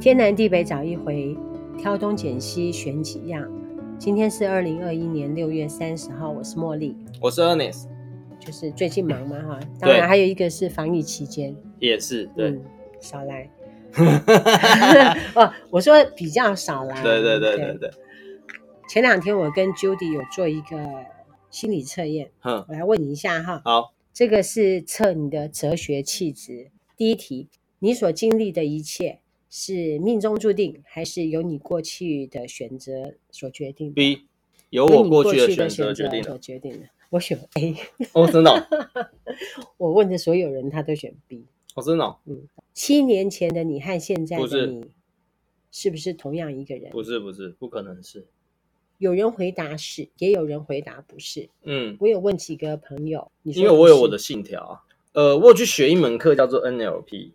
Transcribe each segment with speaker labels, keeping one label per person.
Speaker 1: 天南地北找一回，挑东拣西选几样。今天是二零二一年六月三十号，我是茉莉，
Speaker 2: 我是 Ernest，
Speaker 1: 就是最近忙嘛哈，当然还有一个是防疫期间，
Speaker 2: 也是对，
Speaker 1: 嗯，少 来。哦，我说比较少来，
Speaker 2: 对对对对对，
Speaker 1: 前两天我跟 Judy 有做一个心理测验，
Speaker 2: 哼，
Speaker 1: 我来问你一下哈，
Speaker 2: 好，
Speaker 1: 这个是测你的哲学气质。第一题，你所经历的一切是命中注定，还是由你过去的选择所决定的
Speaker 2: B 由
Speaker 1: 由
Speaker 2: 我
Speaker 1: 你
Speaker 2: 过去的
Speaker 1: 去
Speaker 2: 选
Speaker 1: 择
Speaker 2: 择决定的。
Speaker 1: 所决定的。我选 A，
Speaker 2: 哦，真 的哦，
Speaker 1: 我问的所有人他都选 B。
Speaker 2: 哦，真的哦，
Speaker 1: 七年前的你和现在
Speaker 2: 不
Speaker 1: 的
Speaker 2: 是
Speaker 1: 你是不是同样一个人？
Speaker 2: 不是不是，不可能是。
Speaker 1: 有人回答是，也有人回答不是。
Speaker 2: 嗯，
Speaker 1: 我有问几个朋友，你说
Speaker 2: 因为我有
Speaker 1: 不
Speaker 2: 我
Speaker 1: 是
Speaker 2: 的信条啊。呃，我有去学一门课叫做 NLP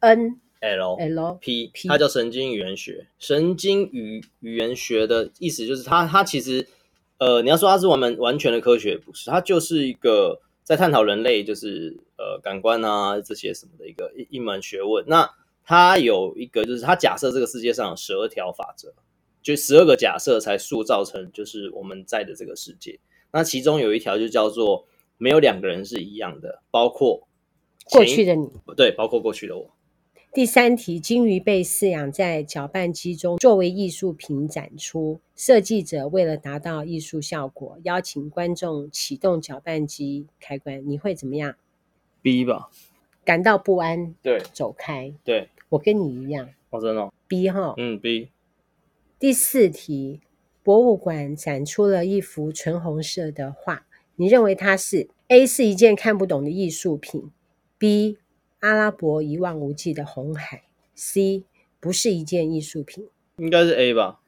Speaker 1: N
Speaker 2: L
Speaker 1: L
Speaker 2: P，
Speaker 1: P
Speaker 2: 它叫神经语言学。神经语语言学的意思就是它，它其实，呃，你要说它是完完完全的科学，不是，它就是一个在探讨人类就是呃感官啊这些什么的一个一一门学问。那它有一个就是它假设这个世界上有十二条法则，就十二个假设才塑造成就是我们在的这个世界。那其中有一条就叫做没有两个人是一样的，包括
Speaker 1: 过
Speaker 2: 前一
Speaker 1: 去的你。
Speaker 2: 对，包括过去的我。
Speaker 1: 第三题，金鱼被饲养在搅拌机中作为艺术品展出。设计者为了达到艺术效果，邀请观众启动搅拌机开关，你会怎么样？
Speaker 2: B 吧，
Speaker 1: 感到不安，
Speaker 2: 对
Speaker 1: 走开。
Speaker 2: 对，
Speaker 1: 我跟你一样
Speaker 2: 哦真的哦、
Speaker 1: ，B 哈。
Speaker 2: 嗯 B。
Speaker 1: 第四题，博物馆展出了一幅纯红色的画，你认为它是 A 是一件看不懂的艺术品，B 阿拉伯一望无际的红海，C 不是一件艺术品。
Speaker 2: 应该是 A 吧，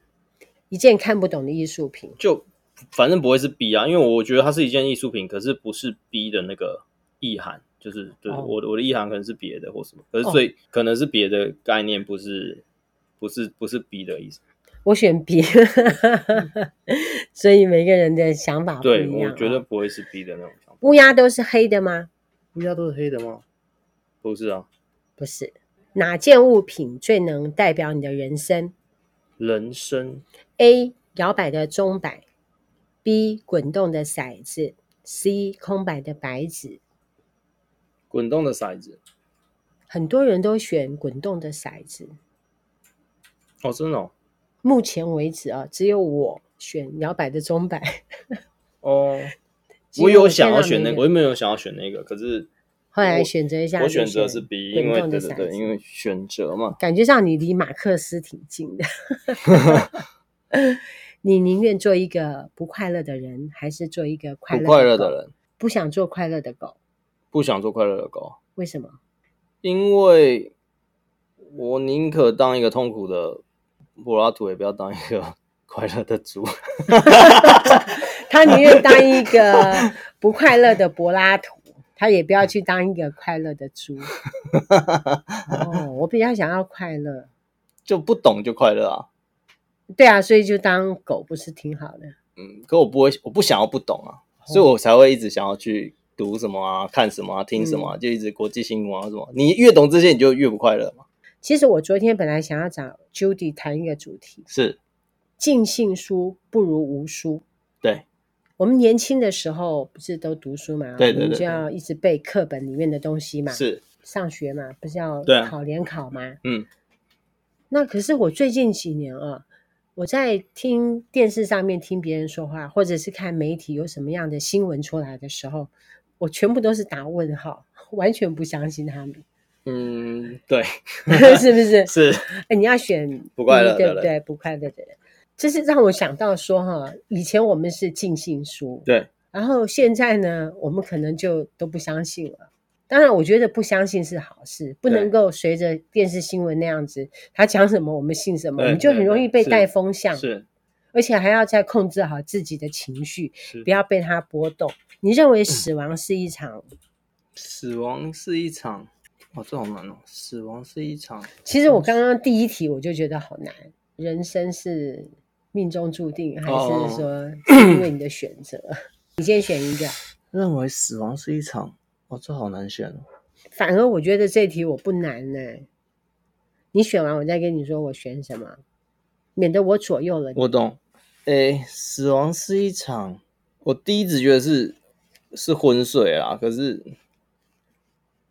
Speaker 1: 一件看不懂的艺术品。
Speaker 2: 就反正不会是 B 啊，因为我觉得它是一件艺术品，可是不是 B 的那个意涵，就是对、
Speaker 1: 哦
Speaker 2: 我的我的意涵可能是别的或什么，可是所以、可能是别的概念，不是不是不是 B 的意思。
Speaker 1: 我选 B，所以每个人的想法啊不
Speaker 2: 对，
Speaker 1: 一样、
Speaker 2: 我觉得，不会是 B 的那种想法。
Speaker 1: 乌鸦都是黑的吗？
Speaker 2: 乌鸦都是黑的吗？不是啊，
Speaker 1: 不是。哪件物品最能代表你的人生
Speaker 2: 人参
Speaker 1: ？A. 摇摆的钟摆，B. 滚动的骰子，C. 空白的白纸。
Speaker 2: 滚动的骰子。
Speaker 1: 很多人都选滚动的骰子。
Speaker 2: 哦，真的哦，
Speaker 1: 目前为止啊，只有我选摇摆的钟摆。
Speaker 2: 哦
Speaker 1: 只
Speaker 2: 我有想要
Speaker 1: 现
Speaker 2: 选
Speaker 1: 在
Speaker 2: 那
Speaker 1: 没
Speaker 2: 个，我
Speaker 1: 有，
Speaker 2: 也没有想要选那个，可是
Speaker 1: 后来
Speaker 2: 我
Speaker 1: 选择一下，
Speaker 2: 我选择是 B，因为
Speaker 1: 滚动
Speaker 2: 对
Speaker 1: 的
Speaker 2: 对
Speaker 1: 骰
Speaker 2: 对，
Speaker 1: 子
Speaker 2: 因为选择嘛，
Speaker 1: 感觉上你离马克思挺近的。 你宁愿做一个不快乐的人，还是做一个快
Speaker 2: 不
Speaker 1: 乐
Speaker 2: 快乐的
Speaker 1: 狗？
Speaker 2: 人。
Speaker 1: 不想做快乐的狗，
Speaker 2: 不想做快乐的狗，
Speaker 1: 为什么？
Speaker 2: 因为我宁可当一个痛苦的柏拉图，也不要当一个 快乐的猪。
Speaker 1: 他宁愿当一个不快乐的柏拉图，他也不要去当一个快乐的猪。哦，我比较想要快乐。
Speaker 2: 就不懂就快乐啊，
Speaker 1: 对啊，所以就当狗不是挺好的？
Speaker 2: 嗯，可我不会，我不想要不懂啊，
Speaker 1: 哦
Speaker 2: 所以我才会一直想要去读什么啊、看什么啊、听什
Speaker 1: 嗯
Speaker 2: 么啊，就一直国际新闻啊什么。你越懂这些，你就越不快乐嘛。
Speaker 1: 其实我昨天本来想要找 Judy 谈一个主题，
Speaker 2: 是
Speaker 1: 尽信书不如无书。
Speaker 2: 对，
Speaker 1: 我们年轻的时候不是都读书嘛，
Speaker 2: 对对
Speaker 1: 我们
Speaker 2: 对
Speaker 1: 就要一直背课本里面的东西嘛，
Speaker 2: 是
Speaker 1: 上学嘛，不是要
Speaker 2: 对啊
Speaker 1: 考联考嘛。
Speaker 2: 嗯，
Speaker 1: 那可是我最近几年啊，我在听电视上面听别人说话，或者是看媒体有什么样的新闻出来的时候，我全部都是打问号，完全不相信他 们，
Speaker 2: 嗯，对，
Speaker 1: 是不是？
Speaker 2: 是
Speaker 1: 哎，你要选
Speaker 2: 不快乐
Speaker 1: 一
Speaker 2: 的
Speaker 1: 对不
Speaker 2: 人
Speaker 1: 对？不快乐的人，这是让我想到说哈，以前我们是尽信书，
Speaker 2: 对，
Speaker 1: 然后现在呢，我们可能就都不相信了。当然，我觉得不相信是好事，不
Speaker 2: 对
Speaker 1: 能够随着电视新闻那样子，他讲什么我们信什么，
Speaker 2: 对
Speaker 1: 我们就很容易被
Speaker 2: 对对
Speaker 1: 带风向，
Speaker 2: 是
Speaker 1: 而且还要再控制好自己的情绪，
Speaker 2: 是
Speaker 1: 不。要被它波动。你认为死亡是一场？
Speaker 2: 死亡是一场，哇，这好难哦。死亡是一场
Speaker 1: 其实我刚刚第一题我就觉得好难，人生是命中注定，还
Speaker 2: 哦
Speaker 1: 是说是因为你的选择？ 你先选一个。
Speaker 2: 认为死亡是一场，哦，这好难选哦。
Speaker 1: 反而我觉得这题我不难呢、你选完，我再跟你说我选什么，免得我左右了你。
Speaker 2: 我懂。诶，死亡是一场，我第一直觉得是是昏睡啦，可是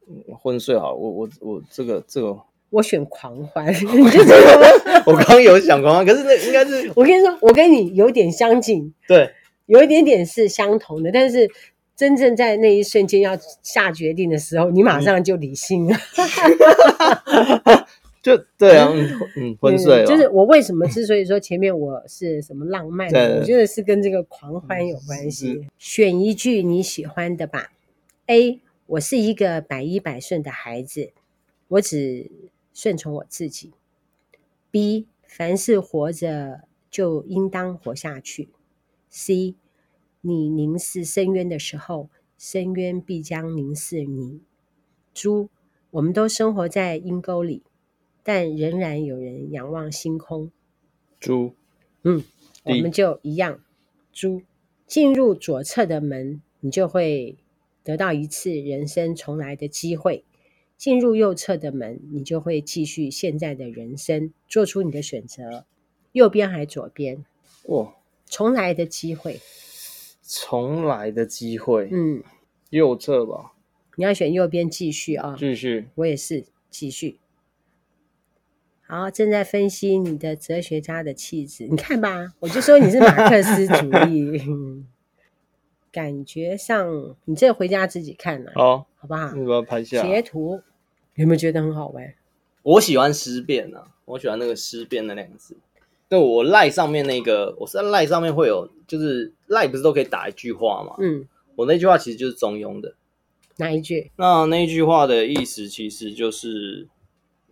Speaker 2: 嗯昏睡好，我我我这个这个，
Speaker 1: 我选狂欢， 你就知道吗？
Speaker 2: 我刚刚有想过，啊可是那应该是
Speaker 1: 我跟你说，我跟你有点相近，
Speaker 2: 对
Speaker 1: 有一点点是相同的，但是真正在那一瞬间要下决定的时候，你马上就理性了。
Speaker 2: 就对啊，嗯嗯，昏睡
Speaker 1: 对
Speaker 2: 了，
Speaker 1: 就是我为什么之所以说前面我是什么浪漫，
Speaker 2: 对对对
Speaker 1: 我觉得是跟这个狂欢有关
Speaker 2: 嗯
Speaker 1: 系。选一句你喜欢的吧。A，我是一个百依百顺的孩子，我只顺从我自己。B，凡是活着就应当活下去。C，你凝视深渊的时候，深渊必将凝视你。猪，我们都生活在阴沟里，但仍然有人仰望星空。
Speaker 2: 猪
Speaker 1: 嗯，我
Speaker 2: 第一
Speaker 1: 们就一样。猪进入左侧的门，你就会得到一次人生重来的机会；进入右侧的门，你就会继续现在的人生，做出你的选择。右边还左边，
Speaker 2: 哇，
Speaker 1: 重来的机会。
Speaker 2: 重来的机会，
Speaker 1: 嗯，
Speaker 2: 右侧吧，
Speaker 1: 你要选右边继续啊、
Speaker 2: 继续，
Speaker 1: 我也是继续。好，正在分析你的哲学家的气质，你看吧，我就说你是马克思主义， 感觉上你这回家自己看啦、
Speaker 2: 好，嗯啊
Speaker 1: 好不好？
Speaker 2: 你把它拍下来，
Speaker 1: 截图有没有觉得很好玩？
Speaker 2: 我喜欢思辨啊，我喜欢那个思辨那两个字。对我赖上面那个，我是在赖上面会有，就是赖不是都可以打一句话嘛？
Speaker 1: 嗯，
Speaker 2: 我那句话其实就是中庸的。
Speaker 1: 哪一句？
Speaker 2: 那那句话的意思其实就是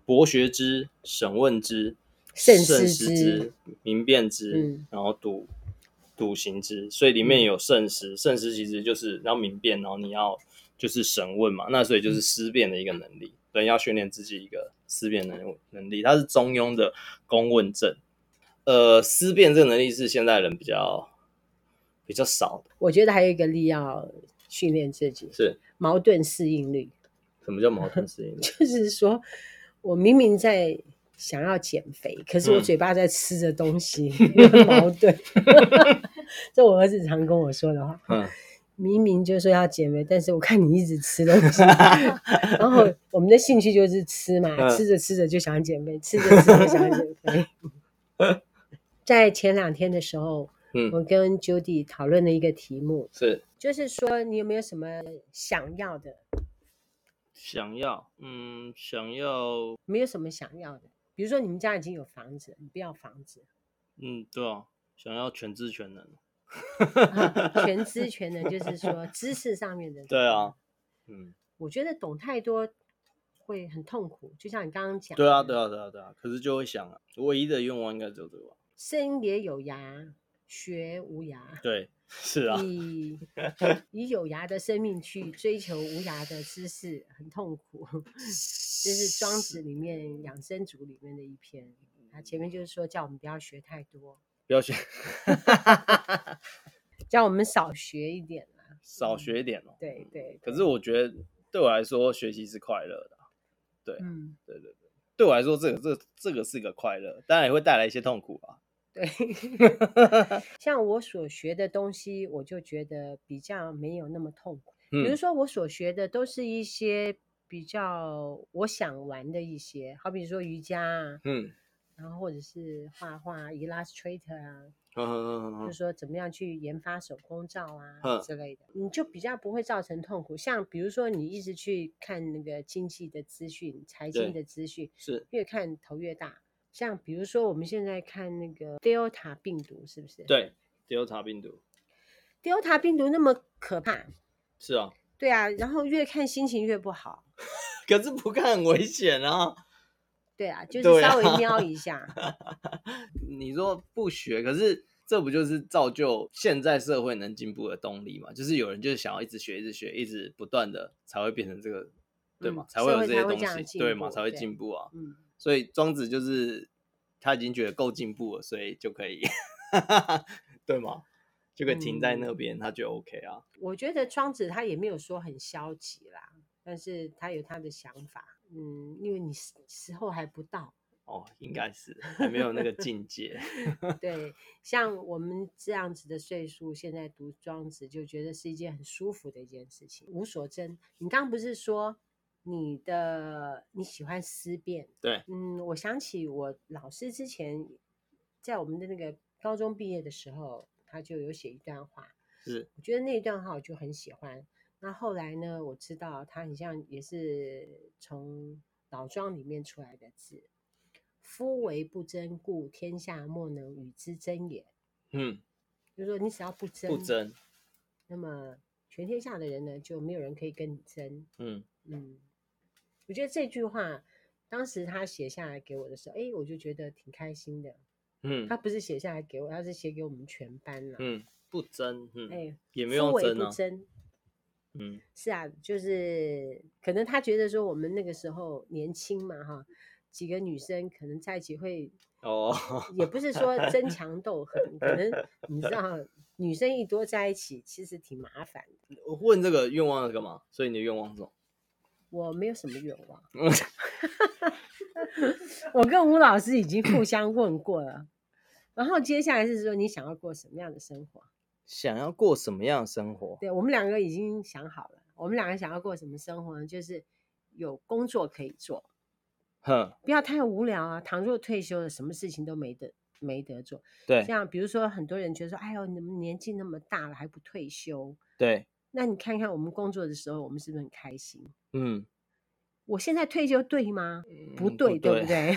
Speaker 2: 博学之、审问之、
Speaker 1: 慎思
Speaker 2: 思之、
Speaker 1: 之
Speaker 2: 明辨之，
Speaker 1: 嗯
Speaker 2: 然后笃笃行之。所以里面有慎
Speaker 1: 嗯
Speaker 2: 思，慎思其实就是要明辨，然后你要就是审问嘛。那所以就是思辨的一个能
Speaker 1: 嗯
Speaker 2: 力，人要训练自己一个思辨能能力。它是中庸的公问症。呃，思辨这个能力是现代人比较比较少的。
Speaker 1: 我觉得还有一个力要训练自己，
Speaker 2: 是
Speaker 1: 矛盾适应力，
Speaker 2: 什么叫矛 盾适应力？
Speaker 1: 就是说我明明在想要减肥，可是我
Speaker 2: 嗯
Speaker 1: 嘴巴在吃着东 西，有矛盾。 这我儿子常跟我说的话，
Speaker 2: 嗯，
Speaker 1: 明明就说要减肥，但是我看你一直吃东 西，然后我们的兴趣就是吃嘛，
Speaker 2: 嗯
Speaker 1: 吃着吃着就想减肥，吃着吃着就想减肥。 在前两天的时候，
Speaker 2: 嗯
Speaker 1: 我跟 Judy 讨论了一个题目，
Speaker 2: 是。
Speaker 1: 就是说你有没有什么想要的，
Speaker 2: 想要，嗯，想要，
Speaker 1: 没有什么想要的，比如说你们家已经有房子，你不要房 子，
Speaker 2: 嗯，对啊，想要全知全能。
Speaker 1: 啊全知全能，就是说知识上面的。
Speaker 2: 对啊，嗯，
Speaker 1: 我觉得懂太多会很痛苦，就像你刚刚讲。
Speaker 2: 对啊，对
Speaker 1: 啊。
Speaker 2: 啊，对啊，对啊。可是就会想啊，唯一的愿望应该只有这个吧？
Speaker 1: 生也有涯，学无涯。
Speaker 2: 对，
Speaker 1: 嗯
Speaker 2: 是啊，
Speaker 1: 以 以有涯的生命去追求无涯的知识，很痛 苦。这是《庄子》里面《养生主》里面的一篇，啊，前面就是说叫我们不要学太多，
Speaker 2: 不 要学，
Speaker 1: 叫我们少学一点啊。
Speaker 2: 少学一点哦。
Speaker 1: 对对，
Speaker 2: 可是我觉得对我来说，学习是快乐的啊。对啊，
Speaker 1: 嗯，
Speaker 2: 对对对，对我来说，这个这这个是个快乐，当然也会带来一些痛苦啊。
Speaker 1: 对，像我所学的东西，我就觉得比较没有那么痛苦。比如
Speaker 2: 嗯，
Speaker 1: 说我所学的都是一些比较我想玩的一些，好比说瑜伽啊，
Speaker 2: 嗯，
Speaker 1: 然后或者是画画、Illustrator 啊，
Speaker 2: 嗯嗯
Speaker 1: 就
Speaker 2: 嗯
Speaker 1: 是说怎么样去研发手工皂啊
Speaker 2: 嗯
Speaker 1: 之类的，你就比较不会造成痛苦。像比如说你一直去看那个经济的资讯、财经
Speaker 2: 对
Speaker 1: 的资讯，
Speaker 2: 是，
Speaker 1: 越看头越大。像比如说我们现在看那个 Delta 病毒，是不是？
Speaker 2: 对，Delta 病毒，
Speaker 1: ，Delta 病毒那么可怕，
Speaker 2: 是啊。
Speaker 1: 对啊，然后越看心情越不好。
Speaker 2: 可是不看很危险啊。
Speaker 1: 对啊，就是
Speaker 2: 对
Speaker 1: 稍微
Speaker 2: 啊
Speaker 1: 瞄一下，
Speaker 2: 你说不学，可是这不就是造就现在社会能进步的动力嘛？就是有人就是想要一直学，一直学，一直不断的才会变成这个，对嘛？
Speaker 1: 嗯
Speaker 2: 才会
Speaker 1: 社
Speaker 2: 有
Speaker 1: 会
Speaker 2: 这
Speaker 1: 才
Speaker 2: 些
Speaker 1: 会这样
Speaker 2: 东西，
Speaker 1: 进
Speaker 2: 对嘛？
Speaker 1: 步
Speaker 2: 才会
Speaker 1: 对
Speaker 2: 进步啊。
Speaker 1: 嗯，
Speaker 2: 所以庄子就是他已经觉得够进步了，所以就可以， 对吗？就可以停在那
Speaker 1: 嗯
Speaker 2: 边，他就 OK 啊。
Speaker 1: 我觉得庄子他也没有说很消极啦，但是他有他的想法，嗯，因为你时时候还不到，
Speaker 2: 哦，应该是还没有那个境界。
Speaker 1: 对，像我们这样子的岁数，现在读庄子就觉得是一件很舒服的一件事情。吴所珍，你刚刚不是说你的你喜欢思辨？
Speaker 2: 对，
Speaker 1: 嗯，我想起我老师之前在我们的那个高中毕业的时候，他就有写一段话，
Speaker 2: 是
Speaker 1: 我觉得那一段话我就很喜欢。那后来呢，我知道他很像也是从老庄里面出来的字。夫为不争，故天下莫能与之争也。
Speaker 2: 嗯，
Speaker 1: 就是说，你只要不争，
Speaker 2: 不，争，
Speaker 1: 那么全天下的人呢，就没有人可以跟你争。
Speaker 2: 嗯
Speaker 1: 嗯，我觉得这句话，当时他写下来给我的时候，哎，我就觉得挺开心的。
Speaker 2: 嗯
Speaker 1: 他不是写下来给我，他是写给我们全班了。
Speaker 2: 嗯，不争，嗯，
Speaker 1: 哎，
Speaker 2: 也没
Speaker 1: 夫
Speaker 2: 有
Speaker 1: 为
Speaker 2: 争
Speaker 1: 不
Speaker 2: 啊，
Speaker 1: 争，
Speaker 2: 嗯
Speaker 1: 是啊，就是可能他觉得说我们那个时候年轻嘛，哈，几个女生可能在一起会
Speaker 2: 哦，
Speaker 1: 也不是说争强斗狠，可能你知道，女生一多在一起，其实挺麻烦的。
Speaker 2: 我问这个愿望是干嘛？所以你的愿望是什么？
Speaker 1: 我没有什么愿望，
Speaker 2: 嗯
Speaker 1: 我跟吴老师已经互相问过了。然后接下来是说你想要过什么样的生活？
Speaker 2: 想要过什么样的生活？
Speaker 1: 对我们两个已经想好了，我们两个想要过什么生活呢？就是有工作可以做，
Speaker 2: 哼，
Speaker 1: 不要太无聊啊。倘若退休了，什么事情都没得没得做。
Speaker 2: 对
Speaker 1: 像比如说，很多人觉得说，哎呦，你们年纪那么大了还不退休，
Speaker 2: 对，
Speaker 1: 那你看看我们工作的时候，我们是不是很开心？
Speaker 2: 嗯，
Speaker 1: 我现在退休对吗？
Speaker 2: 嗯
Speaker 1: 不对，对不？对？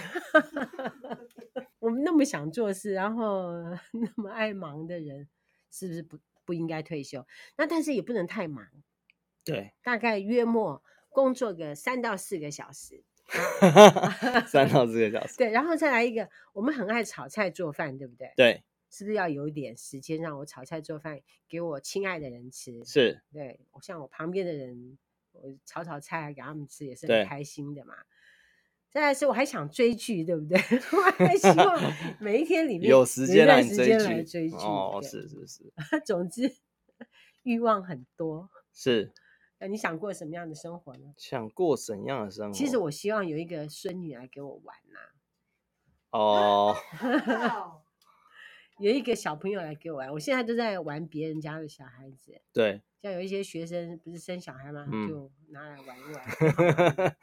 Speaker 1: 我们那么想做事，然后 那么爱忙的人，是不是不不应该退休？那但是也不能太忙，
Speaker 2: 对，
Speaker 1: 大概约莫工作个三到四个小时。
Speaker 2: 三到四个小时，
Speaker 1: 对，然后再来一个，我们很爱炒菜做饭，对不对？
Speaker 2: 对，
Speaker 1: 是不是要有一点时间让我炒菜做饭给我亲爱的人吃？
Speaker 2: 是，
Speaker 1: 对我像我旁边的人，我炒炒菜啊给他们吃也是
Speaker 2: 对
Speaker 1: 很开心的嘛。再来是我还想追剧，对不对？ 我 还希望每一天里面
Speaker 2: 有时间
Speaker 1: 来
Speaker 2: 让你
Speaker 1: 时
Speaker 2: 追
Speaker 1: 间来
Speaker 2: 剧，
Speaker 1: 追剧。
Speaker 2: 哦，
Speaker 1: 对，
Speaker 2: 是是是
Speaker 1: 总之欲望很多。
Speaker 2: 是，
Speaker 1: 那你想过什么样的生活呢？
Speaker 2: 想过怎样的生活？
Speaker 1: 其实我希望有一个孙女来给我玩呐、
Speaker 2: 哦，
Speaker 1: 有一个小朋友来给我玩。我现在都在玩别人家的小孩子，
Speaker 2: 对，
Speaker 1: 像有一些学生不是生小孩嘛，
Speaker 2: 嗯
Speaker 1: 就拿来玩一玩。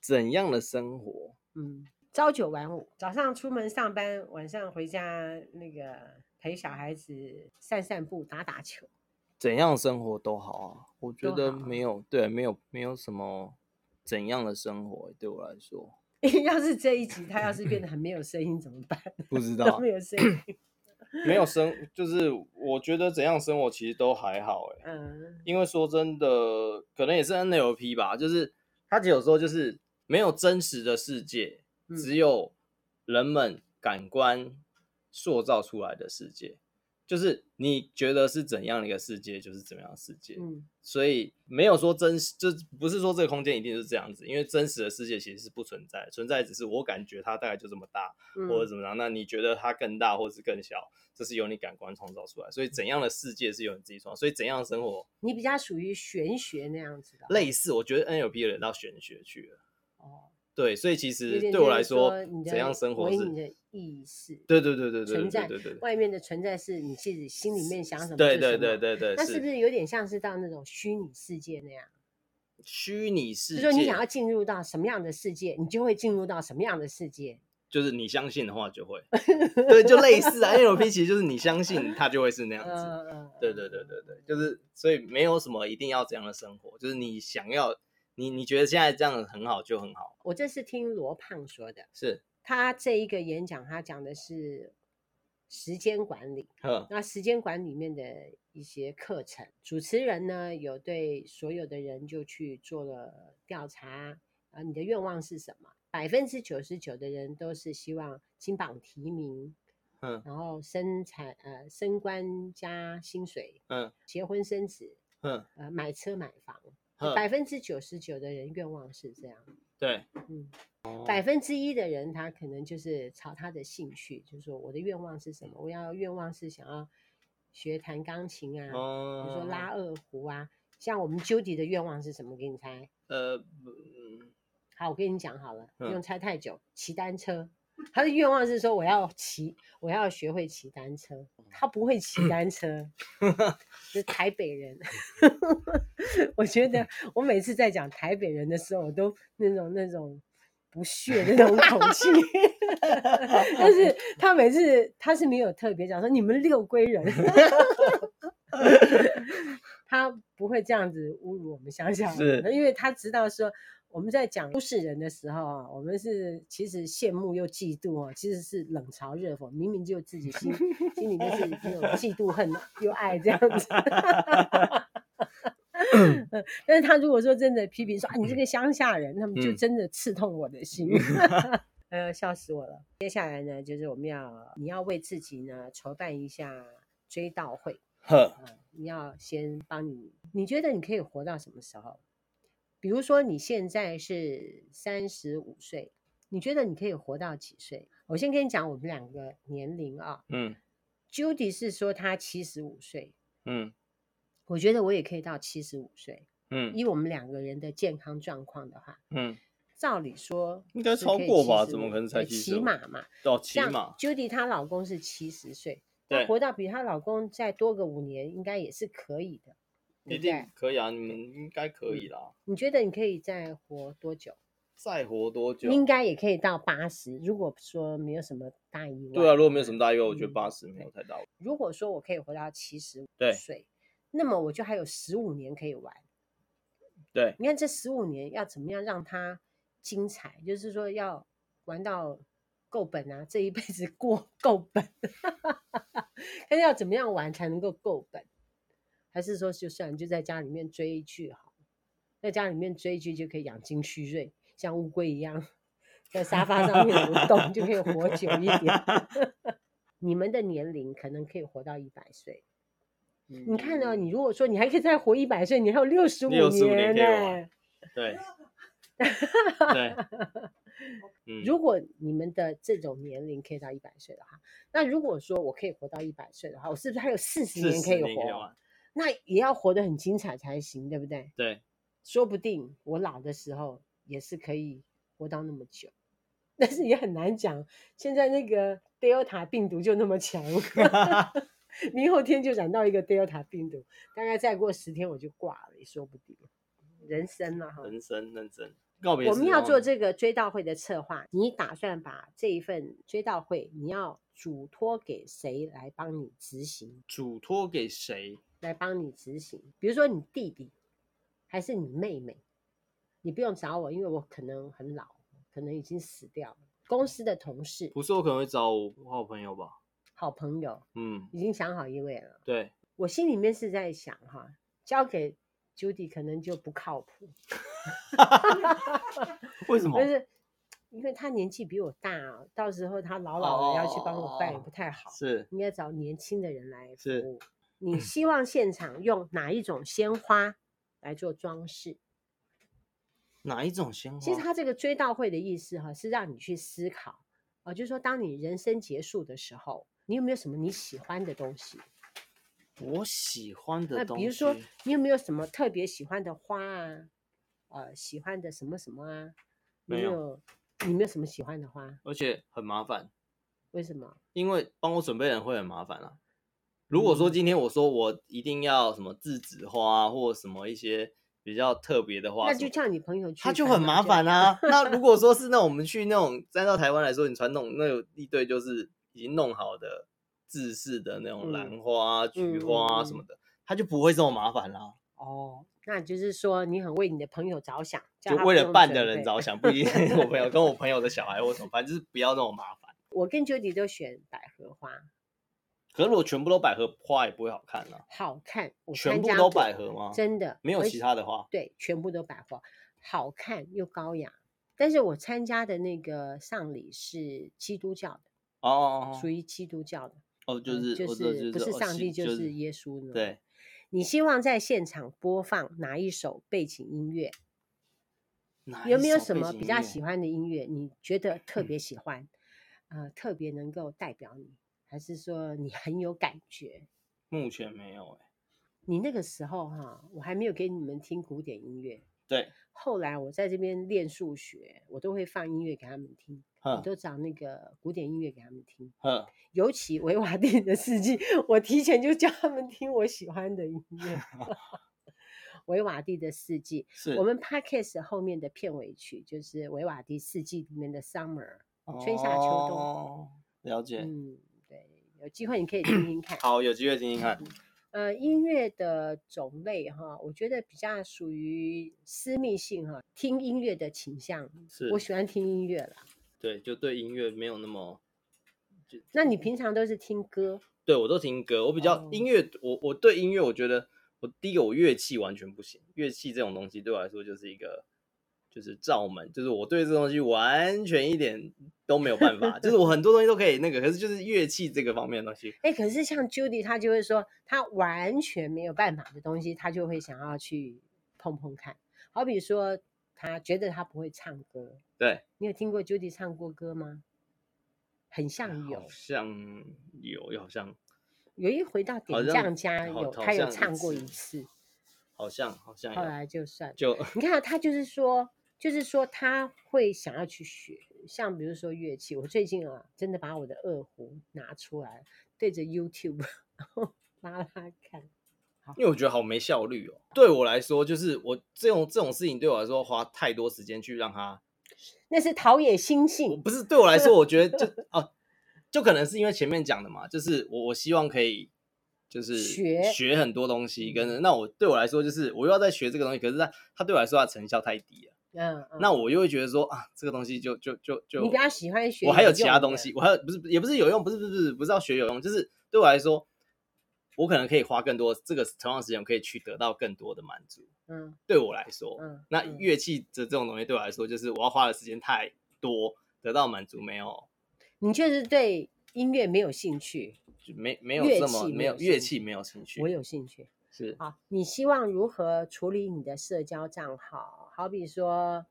Speaker 2: 怎样的生活？
Speaker 1: 嗯，朝九晚五，早上出门上班，晚上回家那个陪小孩子散散步、打打球。
Speaker 2: 怎样的生活都好啊，我觉
Speaker 1: 都
Speaker 2: 得
Speaker 1: 好啊
Speaker 2: 没有对，没有没有什么怎样的生活对我来说，
Speaker 1: 要是这一集他要是变得很没有声音怎么办？
Speaker 2: 不知道啊
Speaker 1: 都没有声 音。
Speaker 2: 没有生，就是我觉得怎样生活其实都还好哎、
Speaker 1: 嗯，
Speaker 2: 因为说真的，可能也是 NLP 吧，就是它有时候就是没有真实的世界，
Speaker 1: 嗯
Speaker 2: 只有人们感官塑造出来的世界，就是你觉得是怎样的一个世界，就是怎么样的世界。
Speaker 1: 嗯，
Speaker 2: 所以没有说真实，就不是说这个空间一定是这样子，因为真实的世界其实是不存在，存在只是我感觉它大概就这么大，
Speaker 1: 嗯
Speaker 2: 或者怎么样。那你觉得它更大，或是更小，这是由你感官创造出来。所以怎样的世界是由你自己创造，所以怎样的生活
Speaker 1: 你比较属于玄学那样子的
Speaker 2: 类似，我觉得 NLP 有点到玄学去了。
Speaker 1: 哦，
Speaker 2: 对，所以其
Speaker 1: 有
Speaker 2: 实
Speaker 1: 点
Speaker 2: 对我
Speaker 1: 就是
Speaker 2: 来
Speaker 1: 说
Speaker 2: 说
Speaker 1: 你，的
Speaker 2: 怎样生活
Speaker 1: 为
Speaker 2: 是，
Speaker 1: 你的意识，
Speaker 2: 对对对对对对
Speaker 1: 存在
Speaker 2: 对对对
Speaker 1: 外面的存在是你自己心里面想什么就
Speaker 2: 对
Speaker 1: 什么。
Speaker 2: 对对对对，
Speaker 1: 那是不是有点像是到那种虚拟世界那样？
Speaker 2: 虚拟世
Speaker 1: 就
Speaker 2: 界？
Speaker 1: 说你想要进入到什么样的世界，你就会进入到什么样的世界。
Speaker 2: 就是你相信的话就 会，对，就类似啊，NLP 其实就是你相信它就会是那样子。
Speaker 1: 嗯嗯，
Speaker 2: 对对对对对，就是所以没有什么一定要怎样的生活，就是你想要，你你觉得现在这样很好就很好，
Speaker 1: 我这是听罗胖说的，
Speaker 2: 是，
Speaker 1: 他这一个演讲他讲的是时间管理，
Speaker 2: 呵，
Speaker 1: 那时间管理里面的一些课程，主持人呢有对所有的人就去做了调查，啊，你的愿望是什么？百分之九十九的人都是希望金榜题名，
Speaker 2: 嗯
Speaker 1: 然后生产呃升官加薪水，
Speaker 2: 嗯
Speaker 1: 结婚生子，
Speaker 2: 嗯
Speaker 1: 呃买车买房。百
Speaker 2: 嗯，
Speaker 1: 分之九十九的人愿望是这样，
Speaker 2: 对，
Speaker 1: 嗯，
Speaker 2: 哦
Speaker 1: 百分之一的人他可能就是朝他的兴趣，就是说我的愿望是什么？我要愿望是想要学弹钢琴啊，比如说
Speaker 2: 哦，
Speaker 1: 拉二胡啊。像我们 Judy 的愿望是什么？给你猜，
Speaker 2: 呃，嗯
Speaker 1: 好，我跟你讲好了，不
Speaker 2: 嗯
Speaker 1: 用猜太久，骑单车。他的愿望是说我要骑，我要学会骑单车。
Speaker 2: 哦
Speaker 1: 他不会骑单车，是台北人。 我觉得我每次在讲台北人的时候，我都那种那种不屑的那种口气。 但是他每次他是没有特别讲说你们六龟人， 他不会这样子侮辱我们乡下人，
Speaker 2: 是
Speaker 1: 因为他知道说我们在讲都市人的时候啊，我们是其实羡慕又嫉妒哦，其实是冷嘲热讽，明明就自己心心里就是那种嫉妒恨又爱这样子。但是他如果说真的批评说啊，你这个乡下人，那么就
Speaker 2: 嗯
Speaker 1: 真的刺痛我的心， 呃，笑死我了。接下来呢，就是我们要你要为自己呢筹办一下追悼会，
Speaker 2: 呵，
Speaker 1: 啊，你要先帮你，你觉得你可以活到什么时候？比如说你现在是三十五岁，你觉得你可以活到几岁？我先跟你讲我们两个年龄啊
Speaker 2: 嗯
Speaker 1: ，Judy 是说她七十五岁，
Speaker 2: 嗯
Speaker 1: 我觉得我也可以到七十五岁。
Speaker 2: 嗯
Speaker 1: 以我们两个人的健康状况的话，
Speaker 2: 嗯，
Speaker 1: 照理说
Speaker 2: 应该
Speaker 1: 是
Speaker 2: 超
Speaker 1: 以
Speaker 2: 过吧
Speaker 1: 75
Speaker 2: 怎么可能才
Speaker 1: 对
Speaker 2: 75
Speaker 1: 起码嘛？
Speaker 2: 到骑
Speaker 1: 像
Speaker 2: 马，
Speaker 1: Judy 她老公是七十岁，她
Speaker 2: 对，
Speaker 1: 活到比她老公再多个五年，应该也是可以的，对
Speaker 2: 一
Speaker 1: 不
Speaker 2: 定
Speaker 1: 对？嗯
Speaker 2: 可以啊，你们应该可以啦。
Speaker 1: 你觉得你可以再活多久？
Speaker 2: 再活多久？
Speaker 1: 应该也可以到八十，如果说没有什么大意外。
Speaker 2: 对啊，如果没有什么大意外，我觉
Speaker 1: 嗯
Speaker 2: 得八十没有太大问题。
Speaker 1: 如果说我可以活到七十五
Speaker 2: 对
Speaker 1: 岁，那么我就还有十五年可以玩。
Speaker 2: 对，
Speaker 1: 你看这十五年要怎么样让它精彩？就是说要玩到够本啊，这一辈子过够本。 但是要怎么样玩才能够够本？还是说就算就在家里面追一剧好了，在家里面追剧就可以养精蓄锐，像乌龟一样在沙发上面蠕动，就可以活久一点。 你们的年龄可能可以活到一百岁，你
Speaker 2: 你
Speaker 1: 看呢、
Speaker 2: 嗯
Speaker 1: 你如果说你还可以再活一百岁，你还有六十五
Speaker 2: 65
Speaker 1: 年
Speaker 2: 年
Speaker 1: 呢、
Speaker 2: 可以玩 对对，嗯，
Speaker 1: 如果你们的这种年龄可以到一百岁的话，那如果说我可以活到一百岁的话，我是不是还有四十年
Speaker 2: 40
Speaker 1: 可以
Speaker 2: 年可以
Speaker 1: 活
Speaker 2: 玩？
Speaker 1: 那也要活得很精彩才行，对不对？
Speaker 2: 对，
Speaker 1: 说不定我老的时候也是可以活到那么久， 但是也很难讲。现在那个 Delta 病毒就那么 强，明后天就染到一个 Delta 病毒，大概再过十天我就挂了，也说不定。人生了哈，
Speaker 2: 人生认真告别。
Speaker 1: 嗯我们要做，这个追悼会的策划，你打算把这一份追悼会，你要嘱托给谁来帮你执行？
Speaker 2: 嘱托给谁？
Speaker 1: 来帮你执行，比如说你弟弟，还是你妹妹，你不用找我，因为我可能很老，可能已经死掉了。公司的同事、
Speaker 2: 不是我可能会找我好朋友吧？
Speaker 1: 好朋友，
Speaker 2: 嗯，
Speaker 1: 已经想好一位了。
Speaker 2: 对，
Speaker 1: 我心里面是在想哈，交给 Judy 可能就不靠谱，
Speaker 2: 为什么
Speaker 1: 但？是因为他年纪比我大啊，到时候他老老的要去帮我办也不太好，
Speaker 2: 是
Speaker 1: 应该找年轻的人来服
Speaker 2: 是嗯
Speaker 1: 务。你希望现场用哪一种鲜花来做装饰？
Speaker 2: 哪一种鲜花？
Speaker 1: 其实他这个追悼会的意思哈，是让你去思考啊，就是说当你人生结束的时候，你有没有什么你喜欢的东西？
Speaker 2: 我喜欢的
Speaker 1: 那
Speaker 2: 东
Speaker 1: 呃比
Speaker 2: 西，
Speaker 1: 如说你有没有什么特别喜欢的花啊？呃，喜欢的什么什么啊？你
Speaker 2: 没有
Speaker 1: 有，你没有什么喜欢的花？
Speaker 2: 而且很麻烦，
Speaker 1: 为什么？
Speaker 2: 因为帮我准备的人会很麻烦啊。如果说
Speaker 1: 嗯
Speaker 2: 今天我说我一定要什么栀子花、啊、或什么一些比较特别的花
Speaker 1: 那
Speaker 2: 什么，
Speaker 1: 就叫你朋友去
Speaker 2: 它
Speaker 1: 烦恼这
Speaker 2: 就
Speaker 1: 样，
Speaker 2: 很麻烦啊。 那如果说是那种我们去那种，站到台湾来说，你传统那有一堆就是已经弄好的制式的那
Speaker 1: 嗯
Speaker 2: 种兰花、菊花、啊、什么的，它就不会这么麻烦啦、
Speaker 1: 哦。那就是说你很为你的朋友着想，叫
Speaker 2: 就
Speaker 1: 他
Speaker 2: 为
Speaker 1: 不
Speaker 2: 了
Speaker 1: 用
Speaker 2: 办
Speaker 1: 准
Speaker 2: 的人
Speaker 1: 备
Speaker 2: 着想，不一定 是我朋友跟我朋友的小孩或什么，反正就是不要那么麻烦。
Speaker 1: 我跟 Judy 都选百合花，
Speaker 2: 可是如果全部都百合花也不会好看啊，
Speaker 1: 好看。我
Speaker 2: 全
Speaker 1: 参
Speaker 2: 部
Speaker 1: 加
Speaker 2: 都
Speaker 1: 过
Speaker 2: 百合吗
Speaker 1: 真的
Speaker 2: 没有
Speaker 1: 而
Speaker 2: 其
Speaker 1: 且
Speaker 2: 他的花
Speaker 1: 对，全部都百合，好看又高雅。但是我参加的那个丧礼是基督教的，
Speaker 2: 哦哦
Speaker 1: 属于基督教的，
Speaker 2: 哦，哦就
Speaker 1: 嗯
Speaker 2: 是
Speaker 1: 就
Speaker 2: 我知道
Speaker 1: 是不是
Speaker 2: 哦
Speaker 1: 上帝
Speaker 2: 就
Speaker 1: 就是耶稣呢？
Speaker 2: 对，
Speaker 1: 你希望在现场播放哪一首背景音乐？
Speaker 2: 哪
Speaker 1: 有
Speaker 2: 一
Speaker 1: 没有
Speaker 2: 首
Speaker 1: 什
Speaker 2: 背
Speaker 1: 么
Speaker 2: 景
Speaker 1: 比
Speaker 2: 音
Speaker 1: 较
Speaker 2: 乐嗯
Speaker 1: 喜欢的音乐？你觉得特别喜欢，呃，特别能够代表你，还是说你很有感觉？
Speaker 2: 目前没有哎、
Speaker 1: 你那个时候哈、我还没有给你们听古典音乐，
Speaker 2: 对，
Speaker 1: 后来我在这边练数学，我都会放音乐给他们听，我
Speaker 2: 哼
Speaker 1: 都找那个古典音乐给他们听。
Speaker 2: 哼，
Speaker 1: 尤其维瓦蒂的事迹，我提前就叫他们听我喜欢的音乐。维瓦蒂的四季，
Speaker 2: 是
Speaker 1: 我们 podcast 后面的片尾曲就是维瓦蒂四季里面的 Summer。春夏秋冬
Speaker 2: 哦了解。
Speaker 1: 嗯，对，有机会你可以听听看。
Speaker 2: 好，有机会听听看。
Speaker 1: 呃，音乐的种类哈，我觉得比较属于私密性哈，听音乐的倾向，
Speaker 2: 是
Speaker 1: 嗯我喜欢听音乐啦。
Speaker 2: 对，就对音乐没有那么，
Speaker 1: 那你平常都是听歌？
Speaker 2: 对我都听歌，我比较
Speaker 1: 哦
Speaker 2: 音乐，我我对音乐，我觉得我第一个我乐器完全不行，乐器这种东西对我来说就是一个就是罩门，就是我对这东西完全一点都没有办法，就是我很多东西都可以那个，可是就是乐器这个方面的东西，
Speaker 1: 哎，可是像 Judy 她就会说，她完全没有办法的东西，她就会想要去碰碰看。好比说，她觉得她不会唱歌，
Speaker 2: 对，
Speaker 1: 你有听过 Judy 唱过歌吗？很像有
Speaker 2: 好，像有，好像
Speaker 1: 有一回到
Speaker 2: 好
Speaker 1: 点
Speaker 2: 像
Speaker 1: 酱家
Speaker 2: 好
Speaker 1: 有，
Speaker 2: 好
Speaker 1: 她有
Speaker 2: 像一
Speaker 1: 唱过
Speaker 2: 次哎
Speaker 1: 一次，
Speaker 2: 好像好像
Speaker 1: 后
Speaker 2: 有，
Speaker 1: 来就算了。
Speaker 2: 就
Speaker 1: 你看啊，他就是说，就是说他会想要去学，像比如说乐器，我最近啊，真的把我的二胡拿出来，对着 YouTube 然后拉拉看。
Speaker 2: 因为我觉得好没效率哦。对我来说，就是我这种这种事情对我来说花太多时间去让它
Speaker 1: 那是陶冶心
Speaker 2: 我
Speaker 1: 性，
Speaker 2: 不是对我来说，我觉得就哦，就可能是因为前面讲的嘛，就是我我希望可以就是
Speaker 1: 学
Speaker 2: 学很多东西，跟那我对我来说就是我又要再学这个东西，可是它它对我来说它成效太低了，
Speaker 1: 嗯，嗯
Speaker 2: 那我又会觉得说啊，这个东西就就就就
Speaker 1: 你比较喜欢学
Speaker 2: 我还有
Speaker 1: 有
Speaker 2: 其他
Speaker 1: 用
Speaker 2: 东
Speaker 1: 的
Speaker 2: 西，我还有不是也不是有用，不是不是不是不是要学有用，就是对我来说，我可能可以花更多这个同样的时间，我可以去得到更多的满足。
Speaker 1: 嗯
Speaker 2: 对我来说，
Speaker 1: 嗯，
Speaker 2: 那
Speaker 1: 嗯
Speaker 2: 乐器的这种东西对我来说，就是我要花的时间太多，得到满足没有。
Speaker 1: 你就是对音乐没有兴趣，
Speaker 2: 就没没有
Speaker 1: 乐
Speaker 2: 这
Speaker 1: 器
Speaker 2: 么
Speaker 1: 没
Speaker 2: 没
Speaker 1: 有
Speaker 2: 有乐
Speaker 1: 兴
Speaker 2: 器没有兴趣，
Speaker 1: 我有兴趣。
Speaker 2: 是
Speaker 1: 好，你希望如何处理你的社交账号？好比说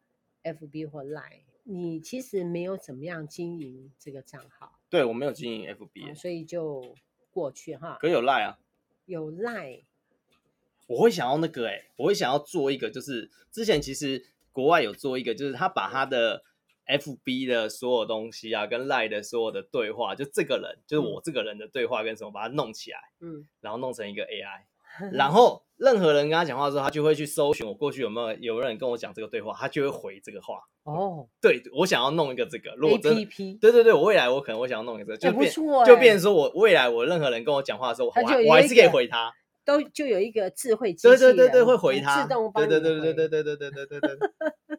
Speaker 1: FB 或 Line，你其实没有怎么样经营这个账号，
Speaker 2: 对我没有经营
Speaker 1: 啊
Speaker 2: FB，
Speaker 1: 所以就过去哈
Speaker 2: 可。有 Line 啊，
Speaker 1: 有 Line，
Speaker 2: 我会想要那个哎、我会想要做一个，就是之前其实国外有做一个，就是他把他的 FB 的所有东西啊，跟 Line 的所有的对话，就这个人，就是我这个人的对话跟什么，把它弄起来，
Speaker 1: 嗯，
Speaker 2: 然后弄成一 个 AI，然后任何人跟他讲话的时候，他就会去搜寻我过去有没有有没有人跟我讲这个对话，他就会回这个话。
Speaker 1: 哦
Speaker 2: 对我想要弄一个这个，如果真的
Speaker 1: ，APP，
Speaker 2: 对对对，我未来我可能会想要弄一个，
Speaker 1: 哎
Speaker 2: 就
Speaker 1: 不
Speaker 2: 变、
Speaker 1: 错
Speaker 2: 就
Speaker 1: 哎
Speaker 2: 变成说我未来我任何人跟我讲话的时候，我
Speaker 1: 他就
Speaker 2: 还
Speaker 1: 有
Speaker 2: 我还
Speaker 1: 一
Speaker 2: 是可以
Speaker 1: 个
Speaker 2: 回他，
Speaker 1: 都就有一个智慧机器
Speaker 2: 对
Speaker 1: 人，
Speaker 2: 对对对，会回
Speaker 1: 嗯
Speaker 2: 他，
Speaker 1: 自动帮
Speaker 2: 对
Speaker 1: 你
Speaker 2: 对对对对
Speaker 1: 回
Speaker 2: 对对对对对对对，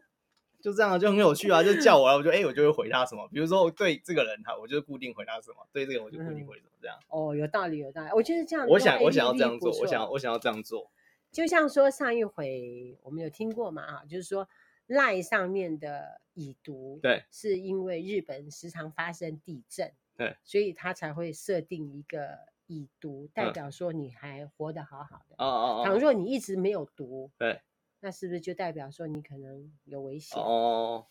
Speaker 2: 就这样就很有趣啊，就叫我了，我就哎、我就会回他什么，比如说我对这个人哈，我就固定回他什么，对这个人我就固定回什么这样。
Speaker 1: 哦，有道理有道理，我觉得这样，
Speaker 2: 我想我想要
Speaker 1: APP
Speaker 2: 这样做
Speaker 1: 不，
Speaker 2: 我想
Speaker 1: 错
Speaker 2: 要我想要这样做，
Speaker 1: 就像说上一回我们有听过嘛啊，就是说赖上面的已读，
Speaker 2: 对，
Speaker 1: 是因为日本时常发生地震，
Speaker 2: 对，
Speaker 1: 所以他才会设定一个已读，代
Speaker 2: 嗯
Speaker 1: 表说你还活得好好的。
Speaker 2: 哦哦哦，
Speaker 1: 倘若你一直没有读，
Speaker 2: 对，
Speaker 1: 那是不是就代表说你可能有危险？
Speaker 2: 哦，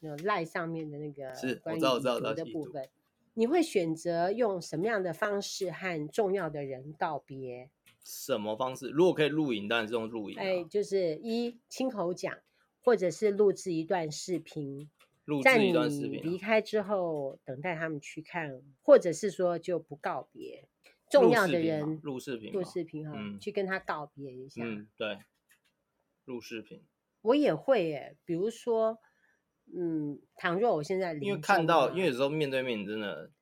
Speaker 1: 有赖上面的那个
Speaker 2: 是我
Speaker 1: 关于
Speaker 2: 知道我
Speaker 1: 已
Speaker 2: 知道我知
Speaker 1: 读
Speaker 2: 道
Speaker 1: 的
Speaker 2: 已
Speaker 1: 部
Speaker 2: 读
Speaker 1: 分，你会选择用什么样的方式和重要的人告别？
Speaker 2: 哦什么方式？如果可以录影，当然是用录影、啊，
Speaker 1: 哎，就是一亲口讲，或者是录制一段视频，
Speaker 2: 录
Speaker 1: 在
Speaker 2: 制
Speaker 1: 你
Speaker 2: 一段视频啊、
Speaker 1: 离开之后，等待他们去看，或者是说就不告别，
Speaker 2: 录
Speaker 1: 重要
Speaker 2: 视
Speaker 1: 的
Speaker 2: 频嘛
Speaker 1: 人
Speaker 2: 录视频
Speaker 1: 录
Speaker 2: 嘛
Speaker 1: 视频哈
Speaker 2: 嗯，
Speaker 1: 去跟他告别一下。
Speaker 2: 嗯，对，录视频，
Speaker 1: 我也会耶，比如说，嗯，倘若我现在
Speaker 2: 因为
Speaker 1: 临
Speaker 2: 看
Speaker 1: 终
Speaker 2: 到，
Speaker 1: 啊
Speaker 2: 因为有时候面对面你真的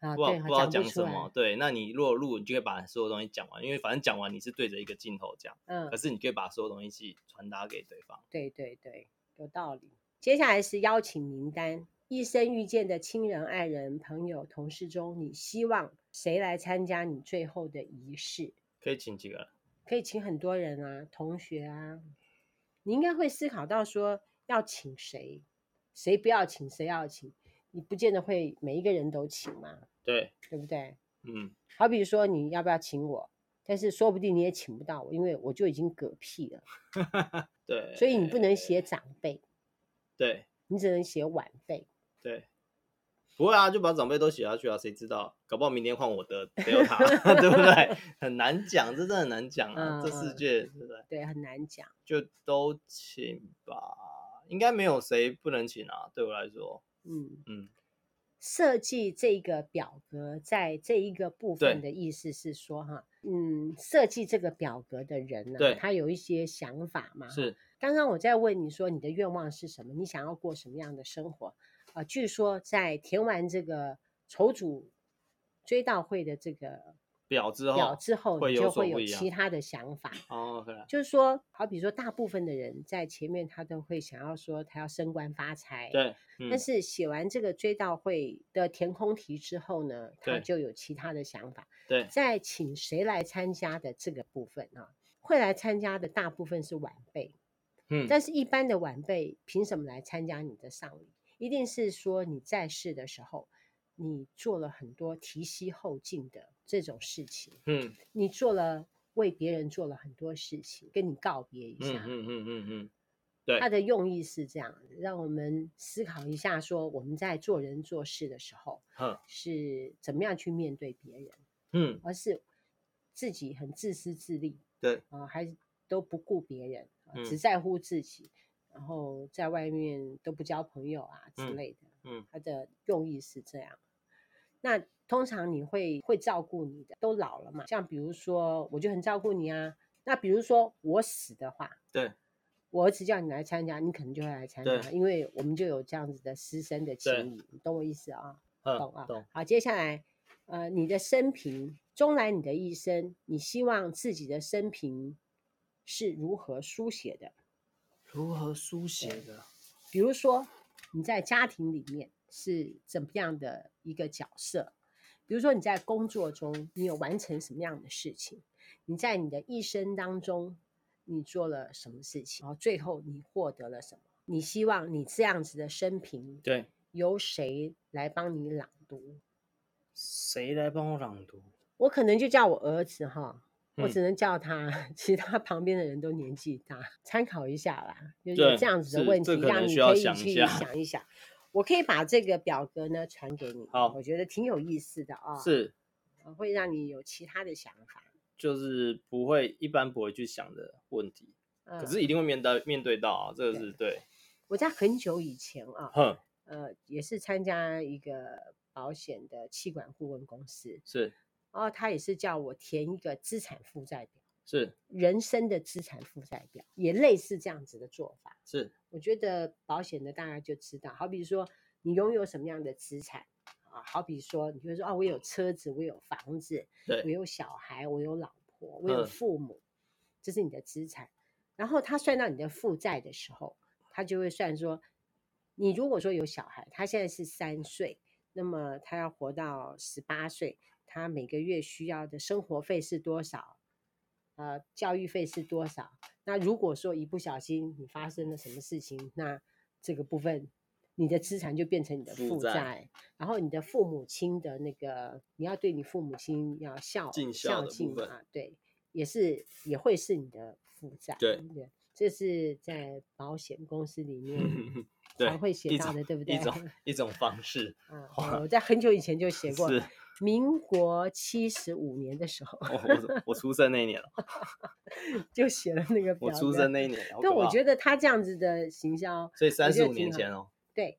Speaker 1: 啊，
Speaker 2: 不知道、
Speaker 1: 对，
Speaker 2: 不知道
Speaker 1: 讲
Speaker 2: 讲
Speaker 1: 不
Speaker 2: 什
Speaker 1: 出
Speaker 2: 么
Speaker 1: 来，，
Speaker 2: 对，那你如果录，你就会把所有东西讲完，因为反正讲完你是对着一个镜头讲，
Speaker 1: 嗯
Speaker 2: 可，是你可以把所有东西去传达给对方。
Speaker 1: 对对对，有道理。接下来是邀请名单，一生遇见的亲人、爱人、朋友、同事中，你希望谁来参加你最后的仪式？
Speaker 2: 可以请几个人？
Speaker 1: 可以请很多人啊，同学啊，你应该会思考到说要请谁，谁不要请，谁要请，你不见得会每一个人都请嘛，
Speaker 2: 对，
Speaker 1: 对不对？
Speaker 2: 嗯，
Speaker 1: 好比说你要不要请我，但是说不定你也请不到我，因为我就已经嗝屁了，
Speaker 2: 对，
Speaker 1: 所以你不能写长辈，
Speaker 2: 对
Speaker 1: 你只能写晚辈。
Speaker 2: 对，不会啊，就把长辈都写下去啊，谁知道？搞不好明天换我的 Delta，对不对？很难讲，这真的很难讲啊，
Speaker 1: 嗯
Speaker 2: 这世界对不对？
Speaker 1: 对，很难讲。
Speaker 2: 就都请吧，应该没有谁不能请啊。对我来说，
Speaker 1: 嗯，
Speaker 2: 嗯，
Speaker 1: 设计这个表格，在这一个部分的
Speaker 2: 对
Speaker 1: 意思是说，哈，嗯，设计这个表格的人呢、
Speaker 2: 对
Speaker 1: 他有一些想法嘛。哈
Speaker 2: 是
Speaker 1: 刚刚我在问你说你的愿望是什么，你想要过什么样的生活？啊、据说在填完这个筹组追悼会的这个
Speaker 2: 表之后，
Speaker 1: 表之后，
Speaker 2: 哦会
Speaker 1: 你
Speaker 2: 有
Speaker 1: 就
Speaker 2: 所
Speaker 1: 会有
Speaker 2: 不一样
Speaker 1: 其他的想法。
Speaker 2: 哦，OK 啦，
Speaker 1: 就是说，好比说，大部分的人在前面他都会想要说他要升官发财，
Speaker 2: 对，嗯
Speaker 1: 但，是写完这个追悼会的填空题之后呢，他
Speaker 2: 对
Speaker 1: 就有其他的想法。
Speaker 2: 对，
Speaker 1: 在请谁来参加的这个部分啊，会来参加的大部分是晚辈，
Speaker 2: 嗯，
Speaker 1: 但是一般的晚辈凭什么来参加你的丧礼？一定是说你在世的时候，你做了很多提携后进的这种事情，
Speaker 2: 嗯，
Speaker 1: 你做了为别人做了很多事情，跟你告别一
Speaker 2: 嗯
Speaker 1: 下。
Speaker 2: 嗯嗯嗯嗯，
Speaker 1: 它
Speaker 2: 对，
Speaker 1: 的用意是这样，让我们思考一下，说我们在做人做事的时候
Speaker 2: 哼，
Speaker 1: 是怎么样去面对别人，
Speaker 2: 嗯，
Speaker 1: 而是自己很自私自利
Speaker 2: 对，
Speaker 1: 啊、还都不顾别人、啊
Speaker 2: 嗯
Speaker 1: 只在乎自己，然后在外面都不交朋友啊之
Speaker 2: 嗯
Speaker 1: 类的。
Speaker 2: 嗯，
Speaker 1: 它的用意是这样。那通常你会会照顾你的，都老了嘛，像比如说我就很照顾你啊。那比如说我死的话，
Speaker 2: 对，
Speaker 1: 我儿子叫你来参加，你可能就会来参加，
Speaker 2: 对
Speaker 1: 因为我们就有这样子的师生的
Speaker 2: 对
Speaker 1: 情谊，你懂我意思啊？
Speaker 2: 嗯
Speaker 1: 懂啊？
Speaker 2: 懂，
Speaker 1: 好，接下来，呃，你的生平，终来你的一生，你希望自己的生平是如何书写的？
Speaker 2: 如何书写的？
Speaker 1: 比如说你在家庭里面是怎么样的一个角色，比如说你在工作中你有完成什么样的事情，你在你的一生当中你做了什么事情，然后最后你获得了什么？你希望你这样子的生平
Speaker 2: 对，
Speaker 1: 由谁来帮你朗读？
Speaker 2: 谁来帮我朗读？
Speaker 1: 我可能就叫我儿子哈。我
Speaker 2: 嗯
Speaker 1: 只能叫他， 其他旁边的人都年纪大，参考一下啦。就是
Speaker 2: 对
Speaker 1: 有这样子的
Speaker 2: 是
Speaker 1: 问题，
Speaker 2: 这可能
Speaker 1: 让你
Speaker 2: 需要
Speaker 1: 可以
Speaker 2: 想一
Speaker 1: 去
Speaker 2: 下
Speaker 1: 想一想。我可以把这个表格呢传给你，
Speaker 2: 好
Speaker 1: 我觉得挺有意思的啊、
Speaker 2: 是，
Speaker 1: 呃会让你有其他的想法。
Speaker 2: 就是不会，一般不会去想的问题，
Speaker 1: 嗯、
Speaker 2: 可是一定会面对面对到啊，这个是对，
Speaker 1: 我在很久以前啊，
Speaker 2: 哼，
Speaker 1: 呃，也是参加一个保险的气管顾问公司，
Speaker 2: 是
Speaker 1: 然后他也是叫我填一个资产负债表，
Speaker 2: 是
Speaker 1: 人生的资产负债表，也类似这样子的做法。
Speaker 2: 是，
Speaker 1: 我觉得保险的大家就知道，好比说你拥有什么样的资产啊，好比说你就说哦，我有车子，我有房子，我
Speaker 2: 对，
Speaker 1: 有小孩，我有老婆，我有
Speaker 2: 嗯
Speaker 1: 父母，这是你的资产。然后他算到你的负债的时候，他就会算说，你如果说有小孩，他现在是三岁，那么他要活到十八岁，他每个月需要的生活费是多少？呃，教育费是多少？那如果说一不小心你发生了什么事情，那这个部分你的资产就变成你的负
Speaker 2: 负
Speaker 1: 债，
Speaker 2: 债
Speaker 1: 然后你的父母亲的那个，你要对你父母亲要孝
Speaker 2: 尽孝
Speaker 1: 孝
Speaker 2: 的部
Speaker 1: 敬
Speaker 2: 分
Speaker 1: 啊，对，也是也会是你的负债，
Speaker 2: 对
Speaker 1: 不对？这是在保险公司里面
Speaker 2: 对
Speaker 1: 常会写
Speaker 2: 一
Speaker 1: 到
Speaker 2: 种
Speaker 1: 的，对不对？
Speaker 2: 一种一种方式，
Speaker 1: 啊，对我在很久以前就写过，
Speaker 2: 是。
Speaker 1: 民国七十五年的时候
Speaker 2: 我我我出生那一年了，
Speaker 1: 就写了那个表
Speaker 2: 我
Speaker 1: 格。
Speaker 2: 出生那一年，好可
Speaker 1: 但我
Speaker 2: 怕
Speaker 1: 觉得他这样子的行销，
Speaker 2: 所以三
Speaker 1: 觉
Speaker 2: 十
Speaker 1: 得
Speaker 2: 五年
Speaker 1: 挺好
Speaker 2: 前哦，
Speaker 1: 对，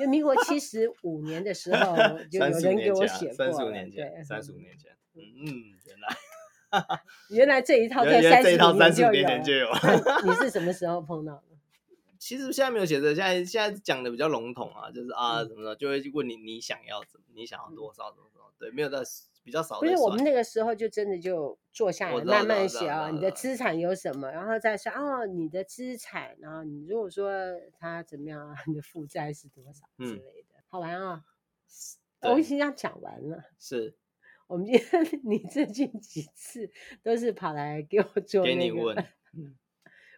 Speaker 1: 因为民国七十五年的时候就有
Speaker 2: 三十五
Speaker 1: 人给
Speaker 2: 年
Speaker 1: 我
Speaker 2: 前
Speaker 1: 写
Speaker 2: 啊，
Speaker 1: 过
Speaker 2: 三十
Speaker 1: 了，
Speaker 2: 五年前，
Speaker 1: 对
Speaker 2: 三十五年前，嗯嗯，原来
Speaker 1: 原来这一套在
Speaker 2: 原
Speaker 1: 三
Speaker 2: 来这
Speaker 1: 十
Speaker 2: 一套三
Speaker 1: 年
Speaker 2: 十五年
Speaker 1: 有
Speaker 2: 前就
Speaker 1: 了。
Speaker 2: 有。
Speaker 1: 那你是什么时候碰到的？
Speaker 2: 其实现在没有写着，现在现在讲的比较笼统啊，就是啊
Speaker 1: 嗯
Speaker 2: 怎么的，就会问你你想要怎么，你想要多少怎么怎么，对，没有在比较少
Speaker 1: 不
Speaker 2: 在
Speaker 1: 是我
Speaker 2: 算
Speaker 1: 们。那个时候就真的就坐下
Speaker 2: 我
Speaker 1: 来
Speaker 2: 知道
Speaker 1: 慢慢
Speaker 2: 知道
Speaker 1: 写
Speaker 2: 知道
Speaker 1: 啊，
Speaker 2: 知
Speaker 1: 你的
Speaker 2: 道
Speaker 1: 资产有什么，然后再说哦，你的资产，然后你如果说它怎么样啊，你的负债是多少之
Speaker 2: 嗯
Speaker 1: 类的，好玩啊、
Speaker 2: 对
Speaker 1: 我已经要讲完了。
Speaker 2: 是
Speaker 1: 我们今天 你最近几次都是跑来给我做
Speaker 2: 给
Speaker 1: 那
Speaker 2: 你
Speaker 1: 个，
Speaker 2: 问，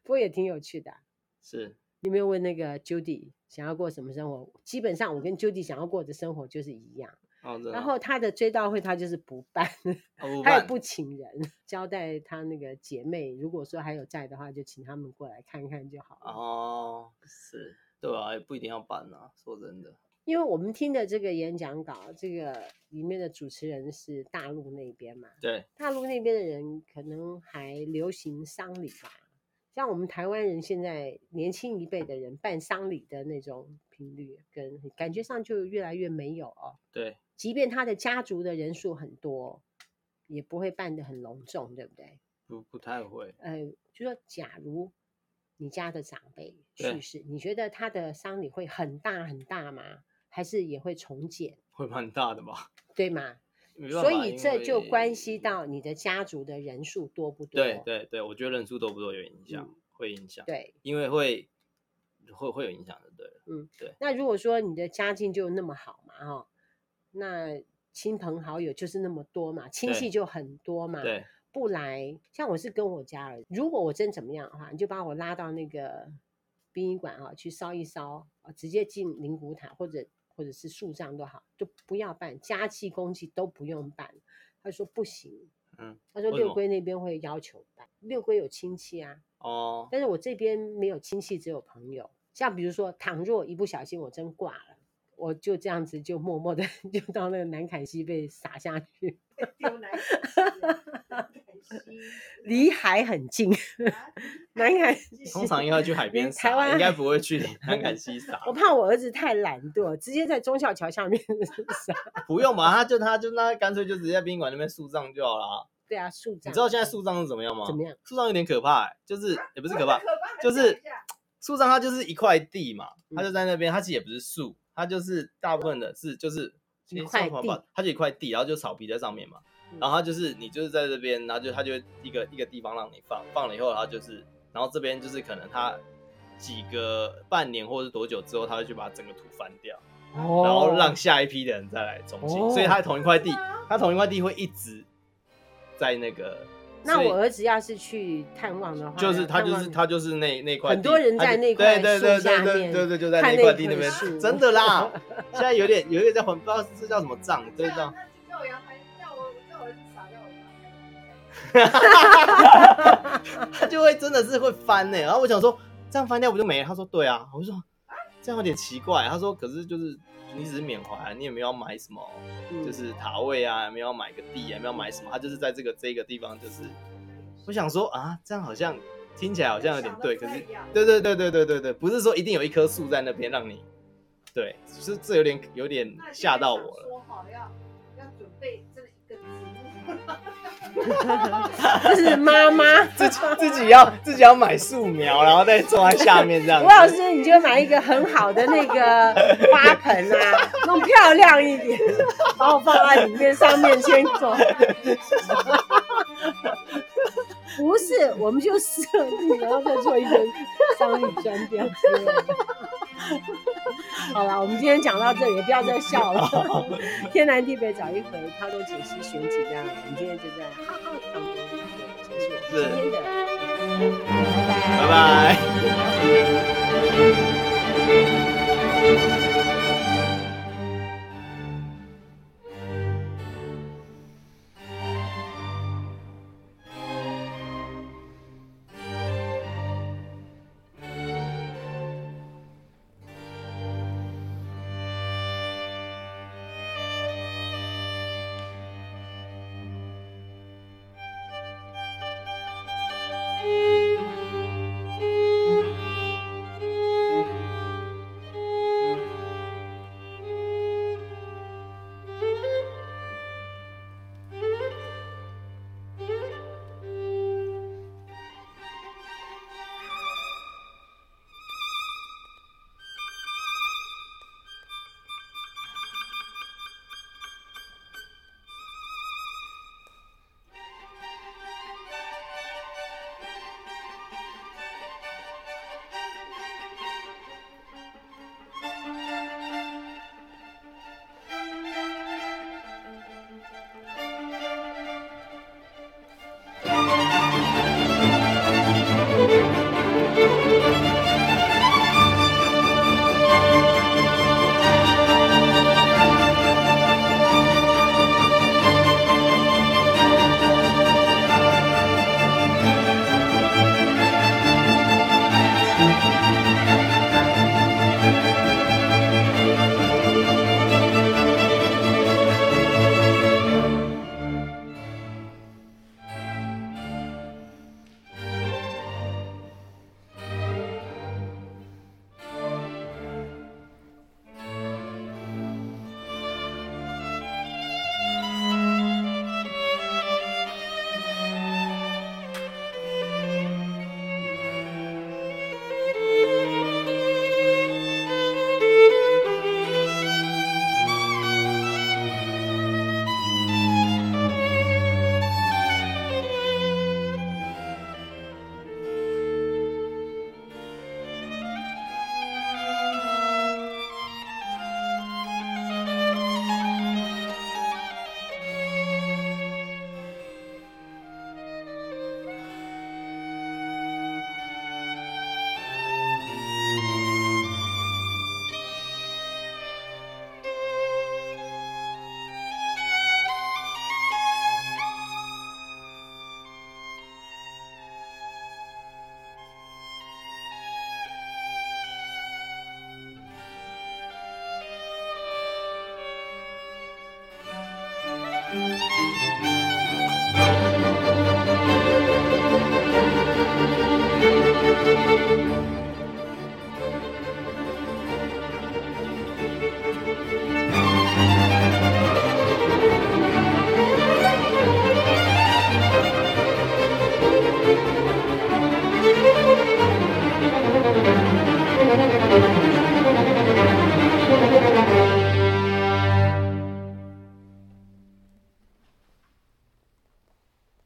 Speaker 1: 不过也挺有趣的啊、
Speaker 2: 是
Speaker 1: 你有没有问那个 Judy 想要过什么生活？基本上我跟 Judy 想要过的生活就是一样。
Speaker 2: 哦，真的
Speaker 1: 然后他的追悼会他就是不办，
Speaker 2: 哦
Speaker 1: 他也
Speaker 2: 办
Speaker 1: 不请人，交代他那个姐妹，如果说还有在的话，就请他们过来看看就好了。
Speaker 2: 哦哦是，对啊，也不一定要办啊，说真的，
Speaker 1: 因为我们听的这个演讲稿，这个里面的主持人是大陆那边嘛，
Speaker 2: 对，
Speaker 1: 大陆那边的人可能还流行丧礼吧，像我们台湾人现在年轻一辈的人办丧礼的那种频率跟感觉上就越来越没有哦。
Speaker 2: 对，
Speaker 1: 即便他的家族的人数很多，也不会办得很隆重，对不对？
Speaker 2: 不不太会。
Speaker 1: 呃，就说假如你家的长辈
Speaker 2: 对
Speaker 1: 去世，你觉得他的丧礼会很大很大吗？还是也会重建，
Speaker 2: 会蛮大的 吧？
Speaker 1: 对吗？
Speaker 2: 没办法
Speaker 1: 所以这就关系。
Speaker 2: 因为
Speaker 1: 到你的家族的人数多不多。
Speaker 2: 对对对，我觉得人数多不多有影响，会影响，
Speaker 1: 嗯对
Speaker 2: 因为会会会有影响的，对了
Speaker 1: 那如果说你的家境就那么好嘛，哈、那亲朋好友就是那么多嘛，亲戚就很多嘛，
Speaker 2: 对
Speaker 1: 不来，像我是跟我家人，如果我真怎么样的话，你就把我拉到那个殡仪馆啊去烧一烧啊，直接进灵骨塔或者或者是树葬都好，就不要办家祭公祭都不用办。他说不行，
Speaker 2: 嗯，
Speaker 1: 他说
Speaker 2: 为什
Speaker 1: 六
Speaker 2: 么
Speaker 1: 龟那边会要求办，六龟有亲戚啊，
Speaker 2: 哦，
Speaker 1: 但是我这边没有亲戚，只有朋友。像比如说，倘若一不小心我真挂了，我就这样子就默默的 就到那个南凯西被撒下去，
Speaker 3: 丢南凯西，
Speaker 1: 离海很近。南凯
Speaker 3: 西
Speaker 2: 通常 要去海边
Speaker 1: 台
Speaker 2: 撒，
Speaker 1: 湾。
Speaker 2: 应该不会去南港西撒
Speaker 1: 我怕我儿子太懒惰，直接在忠孝桥下面 撒。
Speaker 2: 不用吧？他就他就那干脆就直接在宾馆那边树葬就好了。
Speaker 1: 对啊，树
Speaker 2: 你
Speaker 1: 葬。
Speaker 2: 知道现在树葬是怎么样吗？
Speaker 1: 怎么样？
Speaker 2: 树葬有点可怕、欸，就是也不是可怕，就
Speaker 3: 等
Speaker 2: 是
Speaker 3: 一下
Speaker 2: 树上它就是一块地嘛，
Speaker 1: 嗯
Speaker 2: 它就在那边，它其实也不是树，它就是大部分的是就是
Speaker 1: 一块地，
Speaker 2: 其实像它就一块地，然后就草皮在上面嘛，
Speaker 1: 嗯
Speaker 2: 然后它就是你就是在这边，然后就它就一个一个地方让你放，放了以后，然后就是然后这边就是可能它几个半年或者是多久之后，它会去把整个土翻掉，
Speaker 1: 哦
Speaker 2: 然后让下一批的人再来重新，
Speaker 1: 哦
Speaker 2: 所以它同一块地
Speaker 3: 是，吗
Speaker 2: 它同一块地会一直在那个，
Speaker 1: 那
Speaker 2: 所以
Speaker 1: 我儿子要是去探望的话，
Speaker 2: 就是他
Speaker 1: 探
Speaker 2: 就
Speaker 1: 望
Speaker 2: 是他就是那那块地，
Speaker 1: 很多人在那块
Speaker 2: 他就对对
Speaker 1: 树
Speaker 2: 对
Speaker 1: 下
Speaker 2: 对
Speaker 1: 面
Speaker 2: 对对对，就在
Speaker 1: 看
Speaker 2: 那
Speaker 1: 那
Speaker 2: 块地那
Speaker 1: 棵
Speaker 2: 边
Speaker 1: 树，
Speaker 2: 真 的啦。现在有点有一个在环，不知道这叫什么葬，
Speaker 3: 这
Speaker 2: 对
Speaker 3: 样
Speaker 2: 葬。
Speaker 3: 那就叫我阳台，叫我叫我儿子撒掉我阳台。
Speaker 2: 他就会真的是会翻呢、然后我想说这样翻掉不就没了？他说对啊，我就说这样有点奇怪。他说可是就是你只是缅怀，啊你也没有要买什么，
Speaker 1: 嗯
Speaker 2: 就是塔位啊，也没有要买个地，也没有要买什么，他就是在这个这个地方就是。我想说啊，这样好像听起来好像有点对，可是对对对对对对对，不是说一定有一棵树在那边让你，对，是这有点有点
Speaker 3: 那
Speaker 2: 吓到我了。
Speaker 3: 说好要要准备这一个植 物，
Speaker 1: 这是妈妈。
Speaker 2: 自己自己要自己要买树苗，然后再种在下面这样
Speaker 1: 吴
Speaker 2: 子。
Speaker 1: 老师，你就买一个很好的那个花盆啊，弄漂亮一点，把我放在里面，上面先种。不是，我们就设定，然后再做一个商业专标之类的。好了，我们今天讲到这里，不要再笑了。天南地北找一回，涛东解析选几样，我们今天就在浩浩荡荡地结束今天的，拜拜
Speaker 2: 拜拜。
Speaker 1: 拜拜